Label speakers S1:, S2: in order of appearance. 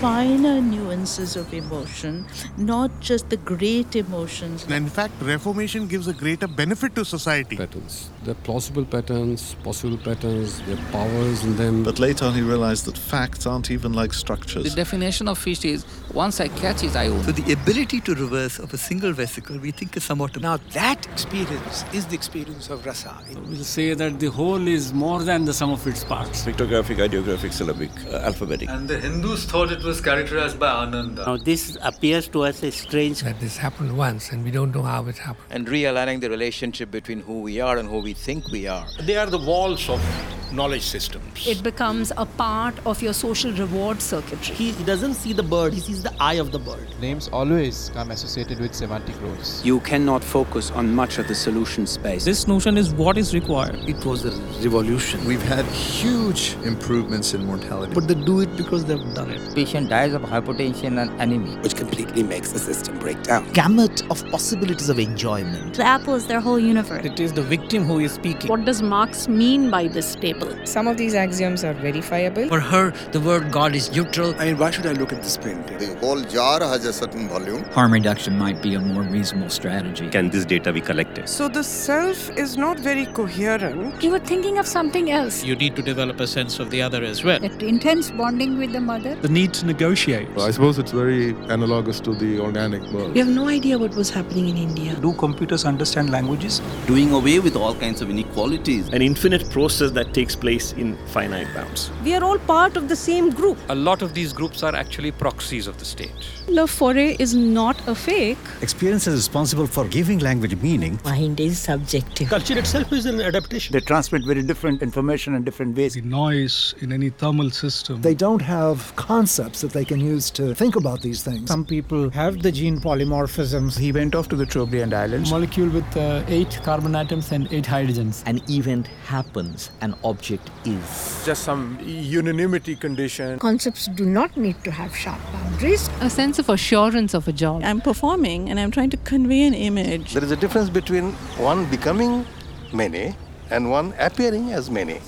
S1: finer nuances of emotion, not just the great emotions.
S2: In fact, reformation gives a greater benefit to society.
S3: Patterns. They're plausible patterns, possible patterns, there are powers in them.
S4: But later on, he realized that facts aren't even like structures.
S5: The definition of fish is once I catch it, I own.
S6: So the ability to reverse of a single vesicle, we think is somewhat.
S7: Now that experience is the experience of rasa.
S8: We'll say that the whole is more than the sum of its parts.
S9: Pictographic, ideographic, syllabic, uh, alphabetic.
S10: And the Hindus thought it was characterized by Ananda.
S11: Now this appears to us as strange.
S12: That this happened once and we don't know how it happened.
S13: And realigning the relationship between who we are and who we think we are.
S14: They are the walls of knowledge systems.
S15: It becomes a part of your social reward circuitry.
S16: He doesn't see the bird, he sees the eye of the bird.
S17: Names always come associated with semantic roles.
S18: You cannot focus on much of the solution space.
S19: This notion is what is required.
S20: It was a revolution.
S6: We've had huge improvements in mortality.
S1: But they do it because they've done it.
S2: Patient dies of hypertension and anemia,
S3: which completely makes the system break down.
S4: Gamut of possibilities of enjoyment.
S21: The apple is their whole universe. It is the victim who is speaking.
S22: What does Marx mean by this staple?
S23: Some of these axioms are verifiable.
S24: For her, the word God is neutral.
S25: I mean, why should I look at this painting?
S26: The whole jar has a certain volume.
S27: Harm reduction might be a more reasonable strategy.
S28: Can this data be collected?
S29: So the self is not very coherent.
S22: You were thinking of something else.
S30: You need to develop a sense of the other as well.
S31: That intense bonding with the mother.
S32: The need to negotiate.
S33: Well, I suppose it's very analogous to the organic world.
S34: We have no idea what was happening in India.
S35: Do computers understand languages?
S36: Doing away with all kinds of inequalities.
S37: An infinite process that takes place in finite bounds.
S38: We are all part of the same group.
S39: A lot of these groups are actually proxies of the state.
S40: Love Foray is not a fake.
S41: Experience is responsible for giving language meaning.
S42: Mind is subjective.
S43: Culture itself is an adaptation.
S44: They transmit very different information in different ways.
S45: The noise in any thermal system.
S46: They don't have concepts that they can use to think about these things.
S47: Some people have the gene polymorphisms.
S48: He went off to the Trobriand Islands.
S49: Molecule with uh, eight carbon atoms and eight hydrogens.
S50: An event happens. An object is.
S51: Just some unanimity condition.
S52: Concepts do not need to have sharp boundaries.
S53: A sense of assurance of a job.
S54: I'm performing and I'm trying to convey an image.
S55: There is a difference between one becoming many and one appearing as many.